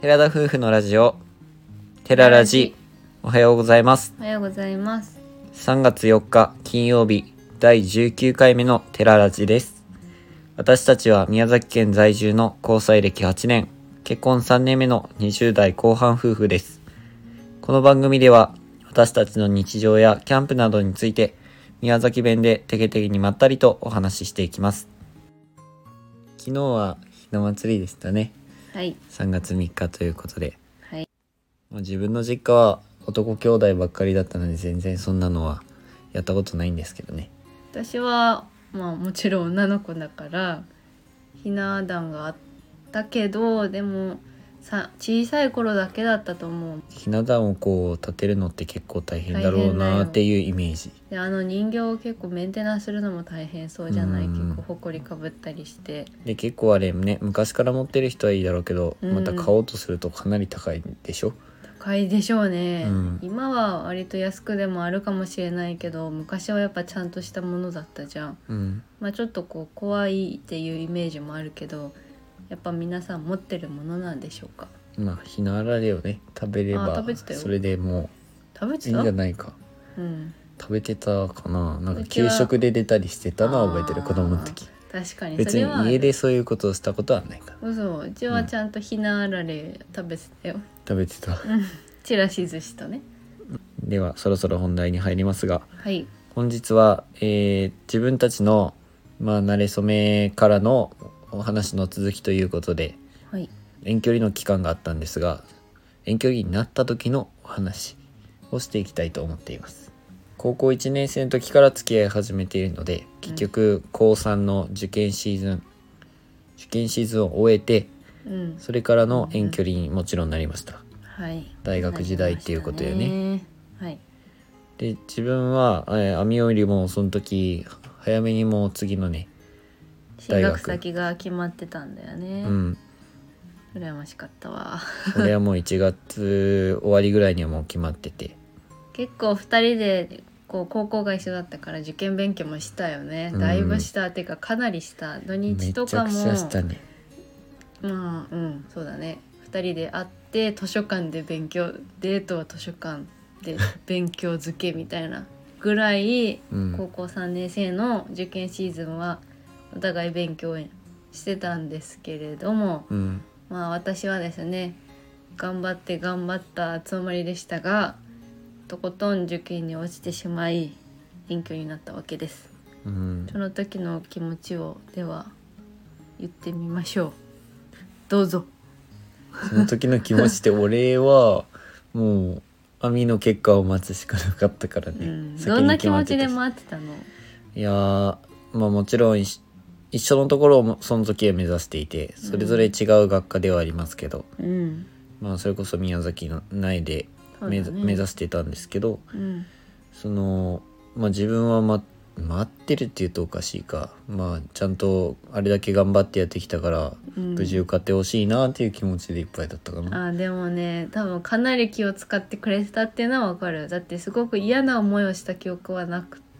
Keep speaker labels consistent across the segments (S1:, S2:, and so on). S1: 寺田夫婦のラジオ、テララジ、おはようございます。
S2: おはようございます
S1: 3月4日金曜日、第19回目のテララジです。私たちは宮崎県在住の交際歴8年、結婚3年目の20代後半夫婦です。この番組では、私たちの日常やキャンプなどについて、宮崎弁でテケテケにまったりとお話ししていきます。昨日はひな祭りでしたね。
S2: はい
S1: 3月3日ということで、
S2: はい
S1: まあ自分の実家は男兄弟ばっかりだったので全然そんなのはやったことないんですけどね
S2: 私はまあもちろん女の子だからひな壇があったけどでもさ小さい頃だけだったと思う
S1: ひな壇をこう立てるのって結構大変だろうなっていうイメージ
S2: であの人形を結構メンテナンスするのも大変そうじゃない
S1: うん
S2: 結構ほこりかぶったりして
S1: で結構あれね昔から持ってる人はいいだろうけど、
S2: うん
S1: また買おうとするとかなり高いでしょ
S2: 高いでしょうね、
S1: うん
S2: 今は割と安くでもあるかもしれないけど昔はやっぱちゃんとしたものだったじゃん
S1: うん
S2: まあちょっとこう怖いっていうイメージもあるけどやっぱ皆さん持ってるものなんでしょうか
S1: まあひなあられをね食べれ
S2: あ
S1: ば
S2: 食べてたよ
S1: それでも
S2: 食べ
S1: うい
S2: て
S1: い
S2: た
S1: んじゃないか
S2: うん、
S1: 食べてたかななんか
S2: うちは
S1: 給食で出たりしてたのは覚えてる子供の時
S2: 確かにそ
S1: 別に
S2: れは
S1: 家でそういうことをしたことはないから
S2: 嘘うちはちゃんとひなあられ食べてたよ
S1: 食べてた
S2: ちらし寿司とね
S1: ではそろそろ本題に入りますが
S2: はい
S1: 本日は、えー自分たちのまあ慣れ初めからのお話の続きということで
S2: はい
S1: 遠距離の期間があったんですが遠距離になった時のお話をしていきたいと思っています高校1年生の時から付き合い始めているので結局高3の受験シーズン受験シーズンを終えて
S2: うん
S1: それからの遠距離にもちろんなりました
S2: はい
S1: 大学時代っていうことよね
S2: なりましたねはい
S1: で自分は、えー、網よりもその時早めにもう次のね、大
S2: 進
S1: 学
S2: 学先が決まってたんだよね、
S1: うん、
S2: 羨ましかったわ
S1: 俺はもう1月終わりぐらいにはもう決まってて、
S2: 結構二人でこう高校が一緒だったから受験勉強もしたよね、
S1: うん
S2: だいぶしたっていうかかなりした
S1: め
S2: 土日
S1: ちゃ
S2: と
S1: くちゃ
S2: かも
S1: したね
S2: まあうんそうだね2人で会って図書館で勉強デートは図書館で勉強漬けみたいなぐらい
S1: うん
S2: 高校3年生の受験シーズンはお互い勉強してたんですけれども
S1: うん
S2: まあ私はですね頑張って頑張ったつもりでしたがとことん受験に落ちてしまい遠距離になったわけです
S1: うん
S2: その時の気持ちをでは言ってみましょうどうぞ
S1: その時の気持ちって俺は もう網の結果を待つしかなかったから
S2: う
S1: ね、
S2: ん
S1: 先に
S2: どんな
S1: 決
S2: 気
S1: ま
S2: 持
S1: って
S2: ち
S1: た
S2: で
S1: し
S2: 待ってたの
S1: いやーまあもちろん一緒一緒のところをもその時は目指していてそれぞれ違う学科ではありますけど、
S2: うん
S1: まあそれこそ宮崎の内で
S2: そうだ
S1: 目,、
S2: ね
S1: 目指してたんですけど
S2: うん
S1: そのまあ自分は、ま、待ってるっていうとおかしいかまあちゃんとあれだけ頑張ってやってきたから
S2: うん
S1: 無事受かってほしいなっていう気持ちでいっぱいだったかな、
S2: あでもね多分かなり気を使ってくれてたっていうのはわかるだってすごく嫌な思いをした記憶はなくて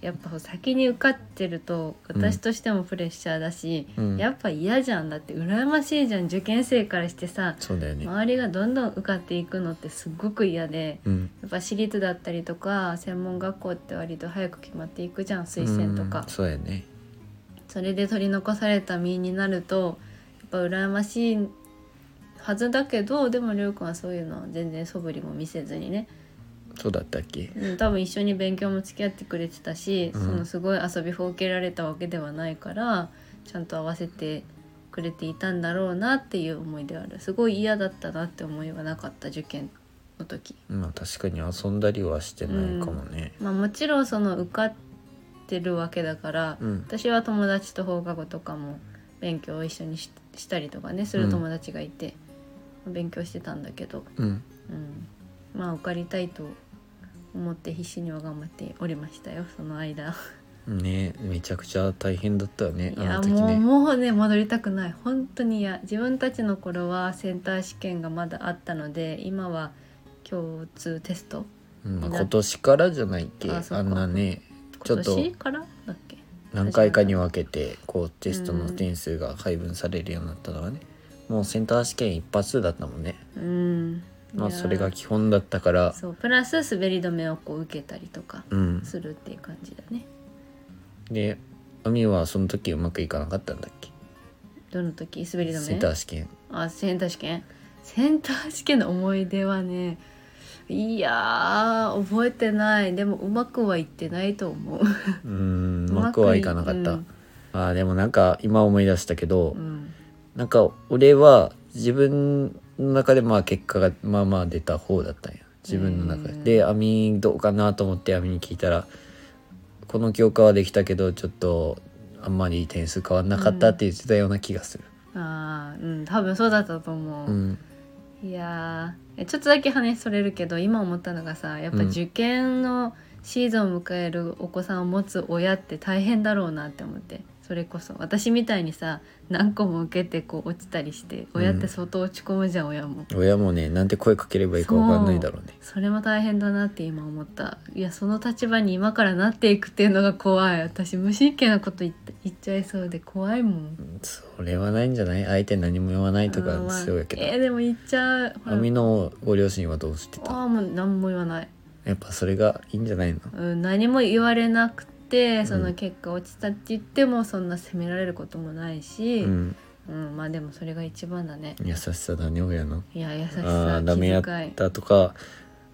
S2: やっぱ先に受かってると
S1: うん
S2: 私としてもプレッシャーだし、
S1: うん
S2: やっぱ嫌じゃんだって羨ましいじゃん受験生からしてさ
S1: そうだよね、
S2: 周りがどんどん受かっていくのってすごく嫌で
S1: うん
S2: やっぱ私立だったりとか専門学校って割と早く決まっていくじゃん推薦とか
S1: うん、そうだよね
S2: それで取り残された身になるとやっぱ羨ましいはずだけどでもりょうくんはそういうのは全然素振りも見せずにね、
S1: そうだったっけ
S2: うん、多分一緒に勉強も付き合ってくれてたし、
S1: うん
S2: そのすごい遊びほうけられたわけではないからちゃんと合わせてくれていたんだろうなっていう思いであるすごい嫌だったなって思いはなかった受験の時。
S1: まあ確かに遊んだりはしてないかもね
S2: まあ、もちろんその受かってるわけだから、
S1: うん
S2: 私は友達と放課後とかも勉強を一緒にししたりとかねする友達がいて、勉強してたんだけど、
S1: うん、
S2: うん、まあ受かりたいと思って必死には頑張っておりましたよその 間
S1: ねめちゃくちゃ大変だったよね
S2: いや
S1: あの時
S2: もう
S1: ね
S2: もうね戻りたくない本当に嫌自分たちの頃はセンター試験がまだあったので今は共通テスト
S1: うんまあ、今年からじゃないっけ
S2: あ
S1: あ
S2: そっか
S1: んなねちょ
S2: 今
S1: っと
S2: 年からだっけ
S1: 何回かに分けてこうテストの点数が配分されるようになったのはね、もうセンター試験一発だったもんね
S2: うん
S1: まあ
S2: いやー
S1: それが基本だったから
S2: そうプラス滑り止めをこう受けたりとか
S1: うん
S2: するっていう感じだね
S1: でアミはその時うまくいかなかったんだっけ
S2: どの時滑り止め
S1: センター試験
S2: あセンター試験センター試験の思い出はねいやー覚えてないでもうまくはいってないと思う
S1: うーんうまくはいかなかった、
S2: うん
S1: あーでもなんか今思い出したけど、
S2: うん
S1: なんか俺は自分の中でまあ結果がまあまあ出た方だったんや自分の中
S2: うん
S1: で。で網どうかなと思って網に聞いたらこの教科はできたけどちょっとあんまり点数変わんなかったって言ってたような気がする。
S2: あーうん多分そうだったと思
S1: う
S2: う、
S1: ん
S2: いやーえちょっとだけ話それるけど今思ったのがさやっぱ
S1: うん
S2: 受験のシーズンを迎えるお子さんを持つ親って大変だろうなって思ってそれこそ私みたいにさ何個も受けてこう落ちたりして親って相当落ち込むじゃん、親も
S1: 親もねなんて声かければいいかわかんないだろうね。
S2: それも大変だなって今思ったいやその立場に今からなっていくっていうのが怖い私無神経なこと言って言っちゃいそうで怖いもん
S1: それはないんじゃない相手何も言わないと
S2: あー
S1: か
S2: まあ
S1: そうやけ
S2: えー
S1: ど。
S2: でも言っちゃうほら
S1: 網のご両親はどうしてた
S2: ああもう何も言わない、
S1: やっぱそれがいいんじゃないの
S2: うん、何も言われなくてそ
S1: うん
S2: の結果落ちたって言ってもそんな責められることもないし、
S1: う
S2: うん
S1: ん
S2: まあでもそれが一番だね
S1: 優しさだね親の。
S2: いや優し
S1: あ
S2: さ
S1: ーダ
S2: 気
S1: メやっ
S2: 遣い
S1: たとか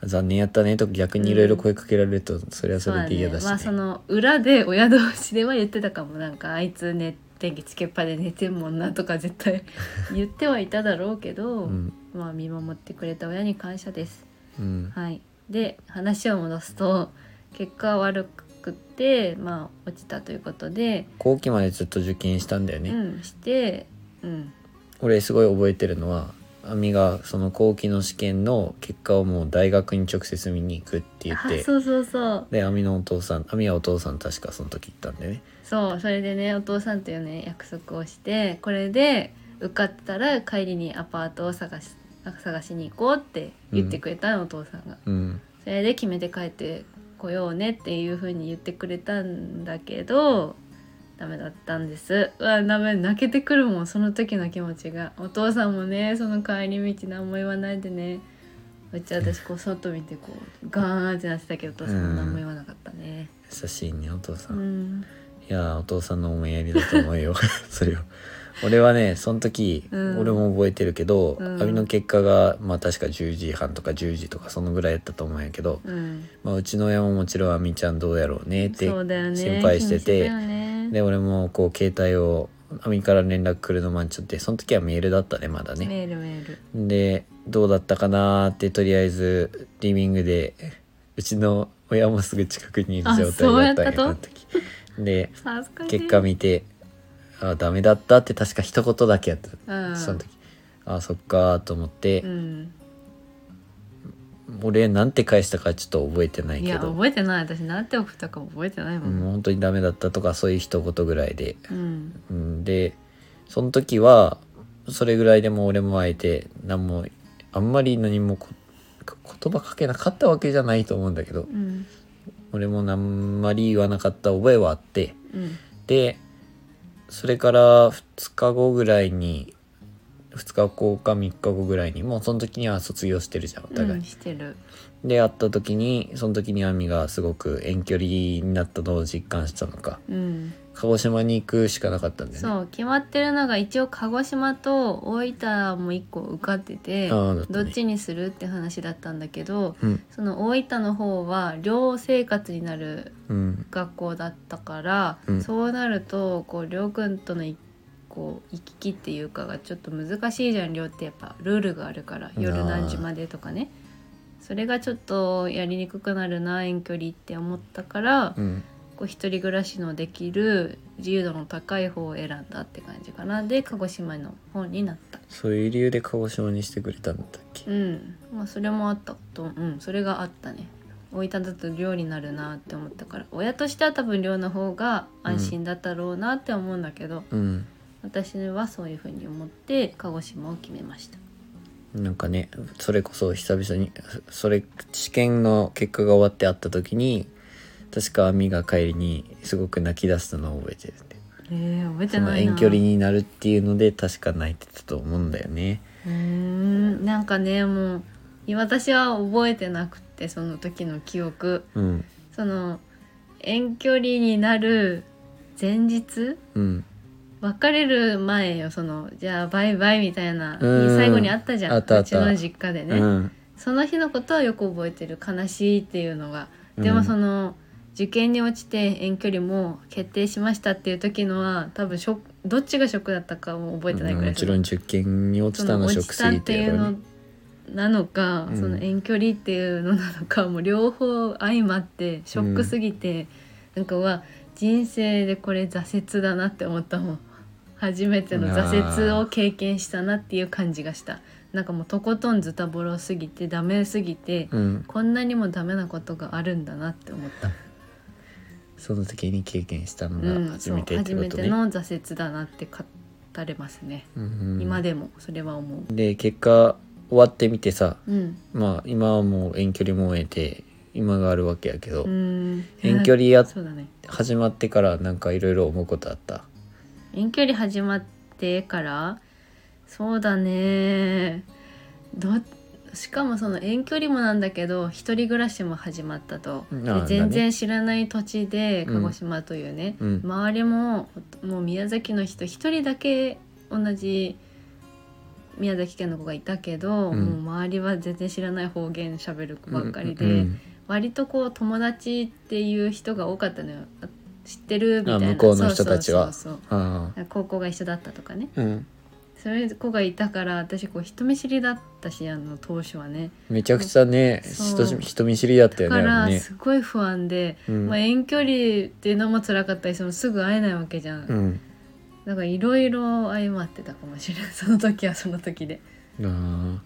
S1: 残念やったねとか逆にいろいろ声かけられると、それはそ
S2: そう
S1: れ
S2: だ
S1: で
S2: ね
S1: 嫌だし、ね
S2: まあその裏で親同士では言ってたかもなんかあいつね電気つけっぱで寝てんもんなとか絶対 言ってはいただろうけど、
S1: うん
S2: まあ見守ってくれた親に感謝です。
S1: うん
S2: はい、で話を戻すと結果は悪くてまあ落ちたということで、
S1: 後期までずっと受験したんだよね、
S2: うんして、うん、
S1: 俺すごい覚えてるのは亜美がその後期の試験の結果をもう大学に直接見に行くって言っ
S2: あ
S1: て
S2: そうそうそう
S1: で亜美のお父さん亜美はお父さん確かその時行ったんだよね
S2: そうそれでねお父さんというね約束をしてこれで受かったら帰りにアパートを探し探しに行こうって言ってくれたの、お父さんが。
S1: うん
S2: それで決めて帰ってこようねっていう風に言ってくれたんだけどダメだったんですうわダメ泣けてくるもんその時の気持ちがお父さんもねその帰り道何も言わないでねうち私こう外見てこうガーンってなってたけどお父さんも何も言わなかったね
S1: 優しいねお父さ、
S2: うん
S1: い
S2: ん
S1: やーお父さんの思いやりだと思うよ それを俺はねその時、
S2: うん
S1: 俺も覚えてるけど
S2: うん
S1: 亜美、の結果がまあ確か10時半とか10時とかそのぐらいやったと思うんやけど、
S2: うん
S1: まあ、うちの親ももちろん「あみちゃんどうやろうね」って
S2: そうだよね
S1: 心配してて
S2: 気にたよね
S1: で俺もこう携帯をあみから連絡来るの待ちょってその時はメールだったねまだね
S2: メールメール
S1: でどうだったかなーってとりあえずリビングでうちの親もすぐ近くにいる
S2: あ
S1: 状態だったん
S2: そうや
S1: や
S2: ったと
S1: あの時で
S2: 恥ずかしい
S1: 結果見て「あダメだった」って確か一言だけやった、
S2: うん
S1: その時あそっかーと思って、
S2: うん
S1: 俺なんて返したかちょっと覚えてない
S2: い
S1: け
S2: や
S1: ど
S2: 覚えてない私なんて送ったかも覚えてないも
S1: うん、
S2: ん
S1: 本当にダメだったとかそういう一言ぐらいで、
S2: うん
S1: うん、でその時はそれぐらいでも俺もあえて何もあんまり何もこ言葉かけなかったわけじゃないと思うんだけど
S2: うん
S1: 俺もあんまり言わなかった覚えはあって
S2: うん
S1: でそれから2日後ぐらいに2日後か3日後ぐらいにもうその時には卒業してるじゃんお互い、
S2: うん、してる
S1: で会った時にその時に亜美がすごく遠距離になったのを実感したのか
S2: うん、
S1: 鹿児島に行くしかなかったんだよね
S2: そう決まってるのが一応鹿児島と大分も一個受かってて、
S1: ああだた
S2: ど
S1: ね
S2: っちにするって話だったんだけど
S1: うん
S2: その大分の方は寮生活になる
S1: うん
S2: 学校だったから、
S1: うん
S2: そうなるとこう寮君とのいこう行き来っていうかがちょっと難しいじゃん寮ってやっぱルールがあるから夜何時までとかねそれがちょっとやりにくくなるな遠距離って思ったから、
S1: うん
S2: こう一人暮らしのできる自由度の高い方を選んだって感じかなで鹿児島の方になった
S1: そういう理由で鹿児島にしてくれたんだっけ
S2: うんまあそれもあったとうんそれがあったね大分だと寮になるなって思ったから親としては多分寮の方が安心だったろうなって思うんだけど、
S1: うん
S2: 私はそういうふうに思って鹿児島を決めました
S1: なんかねそれこそ久々にそれ試験の結果が終わって会った時に確か亜美が帰りにすごく泣き出したのを覚えてるんで
S2: えー、覚えて
S1: その
S2: ないな
S1: 遠距離になるっていうので確か泣いてたと思うんだよね
S2: うーんなんかねもうい私は覚えてなくてその時の記憶
S1: うん
S2: その遠距離になる前日
S1: うん
S2: 別れる前よそのじゃあバイバイみたいな
S1: うん
S2: 最後にあったじゃん
S1: あったあった
S2: うちの実家でね、
S1: うん
S2: その日のことはよく覚えてる悲しいっていうのが
S1: うん
S2: でもその、受験に落ちて遠距離も決定しましたっていう時のは多分ショックどっちがショックだったかも覚えてないくらい
S1: もちろん受験に落
S2: そ
S1: ちたの
S2: の
S1: はショ
S2: 落
S1: ック
S2: ち
S1: す
S2: たっ
S1: ぎて
S2: て
S1: や
S2: い
S1: ろ
S2: う
S1: うね
S2: のなのか、
S1: うん
S2: その遠距離っていうのなのかもう両方相まってショックすぎて、なんかうわ人生でこれ挫折だなって思ったもん初めての挫折を経験したなっていう感じがしたなんかもうとことんズタボロすぎてダメすぎて、
S1: うん
S2: こんなにもダメなことがあるんだなって思った、
S1: その時に経験したの
S2: うん
S1: が初めて
S2: そう
S1: って
S2: 初
S1: こ
S2: め
S1: と
S2: て
S1: ね、
S2: の挫折だなって語れますね、
S1: うんうん
S2: 今でもそれは思う
S1: で結果終わってみてさ
S2: うん
S1: まあ今はもう遠距離も終えて今があるわけやけど、
S2: うん
S1: 遠距離や
S2: そうだね
S1: 始まってからなんかいろいろ思うことあった
S2: 遠距離始まってからそうだねどしかもその遠距離もなんだけど一人暮らしも始まったと
S1: あ
S2: で
S1: あ
S2: 全然知らない土地で鹿児島というね、
S1: うん
S2: 周りももう宮崎の人一人だけ同じ宮崎県の子がいたけど、
S1: うん
S2: もう周りは全然知らない方言しゃべる子ばっかりで、
S1: うん
S2: 割とこう友達っていう人が多かったのよあ知ってるみたいな
S1: あ向こうの人たちは
S2: そうそうそうそう
S1: うんああ
S2: 高校が一緒だったとかね
S1: うん
S2: そういう子がいたから私こう人見知りだったしあの当初はね
S1: めちゃくちゃね
S2: そう
S1: 人人見知りだった
S2: だ
S1: よ
S2: か
S1: ねあ
S2: ら
S1: れね
S2: すごい不安で、
S1: うん
S2: まあ、遠距離っていうのも辛かったりそのすぐ会えないわけじゃん、
S1: うん
S2: だからいろいろ相まってたかもしれない その時はその時で
S1: ああ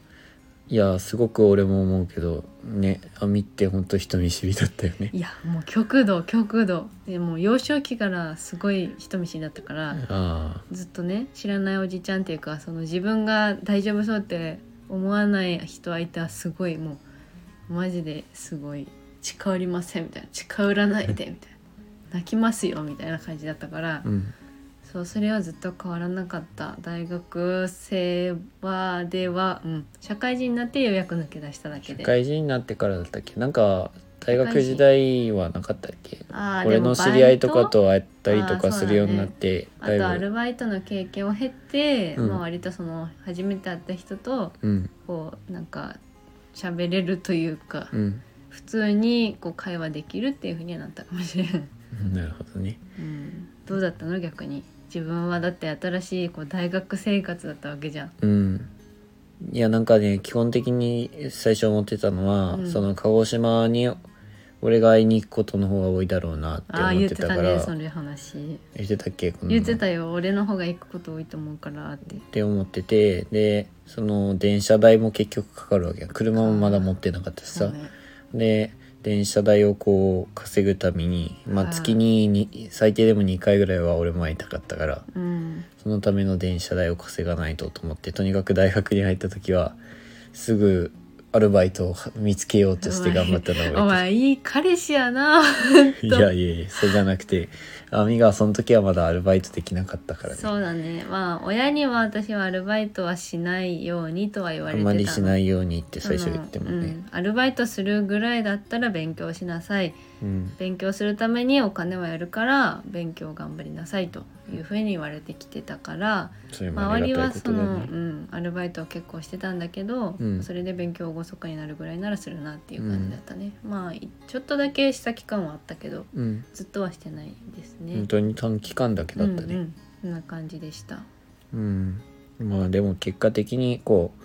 S1: いやすごく俺も思うけどねあみってほんと人見知りだったよね
S2: いやもう極度極度でもう幼少期からすごい人見知りだったから、
S1: あ
S2: ずっとね知らないおじちゃんっていうかその自分が大丈夫そうって思わない人相手はすごいもうマジですごい近寄りませんみたいな近寄らないでみたいな泣きますよみたいな感じだったから
S1: あうん
S2: そうそれはずっと変わらなかった大学生はでは、うん、社会人になってようやく抜け出しただけ
S1: 社
S2: で
S1: 会人になってからだったっけなんか大学時代はなかったっけ
S2: あーで
S1: 俺の
S2: もバイ
S1: 知
S2: ト
S1: り合いとかと会ったりと
S2: あー
S1: か
S2: そう
S1: す
S2: だね
S1: るようになって
S2: あとア
S1: ぶ
S2: ルバイトの経験を経て、
S1: うん
S2: まあ、割とその初めて会った人と
S1: うん
S2: こうなんか喋れるというか、
S1: うん
S2: 普通にこう会話できるっていうふうにはなったかもしれない、
S1: なるほどね
S2: うん、どうだったの逆に自分はだって新しいこう大学生活だったわけじゃん
S1: うんいやなんかね基本的に最初思ってたのは、
S2: うん
S1: その鹿児島に俺が会いに行くことの方が多いだろうなって
S2: ああ
S1: 思
S2: 言
S1: っ
S2: ってて
S1: た
S2: た
S1: から
S2: ねその話
S1: 言ってたっけこの
S2: 言ってたよ俺の方が行くこと多いと思うからって
S1: って思っててでその電車代も結局かかるわけや車もまだ持ってなかったし
S2: そ
S1: さ
S2: う、ね
S1: で電車代をこう稼ぐために、ま
S2: は
S1: あ、
S2: い
S1: 月にに最低でも2回ぐらいは俺も会いたかったから
S2: うん
S1: そのための電車代を稼がないとと思ってとにかく大学に入った時はすぐアルバイトを見つけようとして頑張ったのを
S2: お
S1: 覚え
S2: 前いい彼氏やな
S1: てるいやいやいやそうじゃなくてあみがその時はまだアルバイトできなかったからね
S2: そうだねまあ親には私はアルバイトはしないようにとは言わ
S1: あ
S2: れて
S1: ん
S2: た
S1: ま
S2: の
S1: りしないようにって
S2: その
S1: 最初言っても
S2: う
S1: ね
S2: ん、アルバイトするぐらいだったら勉強しなさい
S1: うん
S2: 勉強するためにお金はやるから勉強頑張りなさいというふうに言われてきてたから
S1: それもあ
S2: 周
S1: り
S2: り
S1: がたい
S2: は
S1: こと
S2: そ
S1: だよ
S2: の、
S1: ね
S2: うん、アルバイトを結構してたんだけど、
S1: うん
S2: それで勉強をおごそかになるぐらいならするなっていう感じだったね、まあいちょっとだけした期間はあったけど
S1: うん
S2: ずっとはしてないですね。
S1: 本当に短期間だけだった
S2: うんう
S1: ね
S2: んそんな感じでした。
S1: うん、まあでも結果的にこう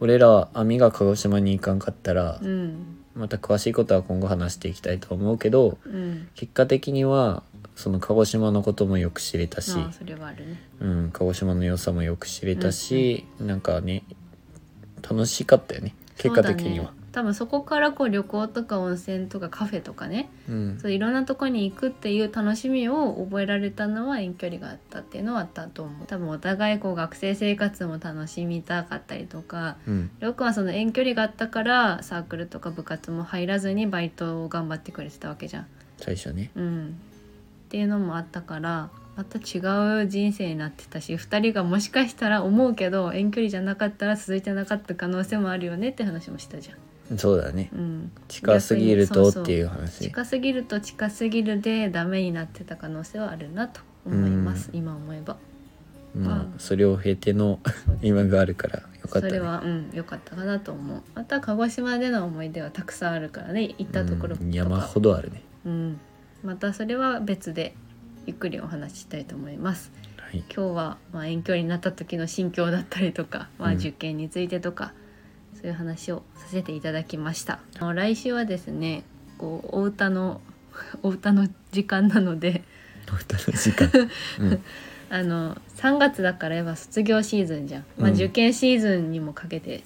S1: 俺らは網が鹿児島に行かんかったら
S2: うん、
S1: また詳しいことは今後話していきたいと思うけど
S2: うん、
S1: 結果的にはその鹿児島のこともよく知れたし、
S2: まあそれはあるね。
S1: うん、鹿児島の良さもよく知れたし、なんかね楽しかったよね結果的には
S2: そうだね多分そこからこう旅行とか温泉とかカフェとかね
S1: う,、ん
S2: そういろんなとこに行くっていう楽しみを覚えられたのは遠距離があったっていうのはあったと思う多分お互いこう学生生活も楽しみたかったりとか
S1: うん
S2: りょうくんはその遠距離があったからサークルとか部活も入らずにバイトを頑張ってくれてたわけじゃん。
S1: 最初ね
S2: うん、っていうのもあったからまた違う人生になってたし2人がもしかしたら思うけど遠距離じゃなかったら続いてなかった可能性もあるよねって話もしたじ
S1: そうだね
S2: ゃん。うん、
S1: 近すぎると
S2: 逆に
S1: っ
S2: そうそう
S1: ていう話
S2: 近すぎると近すぎるでダメになってた可能性はあるなと思います、今思えば
S1: ま
S2: う
S1: あ
S2: ん
S1: それを経ての今があるからよかった
S2: それ
S1: ね
S2: はうん良かったかなと思うまた鹿児島での思い出はたくさんあるからね行ったところとか、
S1: うん山ほどあるね
S2: うん、またそれは別でゆっくりお話ししたいと思います
S1: はい
S2: 今日はまあ遠距離になった時の心境だったりとか、まあ、
S1: うん
S2: 受験についてとか、そういう話をさせていただきましたあの来週はですねこうお歌の お歌の時間なので
S1: 歌の時 間うん
S2: あの3月だからやっぱ卒業シーズンじゃん、ま
S1: う
S2: あ、
S1: ん
S2: 受験シーズンにもかけて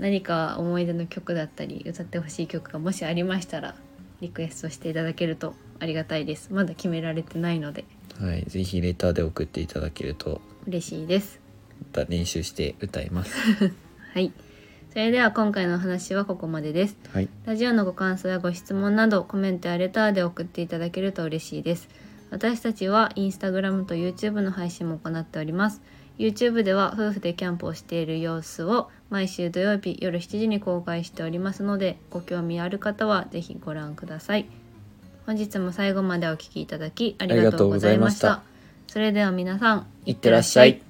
S2: 何か思い出の曲だったり歌ってほしい曲がもしありましたらリクエストしていただけるとありがたいですまだ決められてないので
S1: はいぜひレターで送っていただけると
S2: 嬉しいです
S1: また練習して歌います
S2: はいそれでは今回のお話はここまでです
S1: はい
S2: ラジオのご感想やご質問などコメントやレターで送っていただけると嬉しいです。私たちはインスタグラムと YouTube の配信も行っております。YouTube では夫婦でキャンプをしている様子を毎週土曜日夜7時に公開しておりますのでご興味ある方はぜひご覧ください。本日も最後までお聴きいただきありがとうございました。
S1: ありがとうございま
S2: それでは皆さん
S1: いってらっしゃい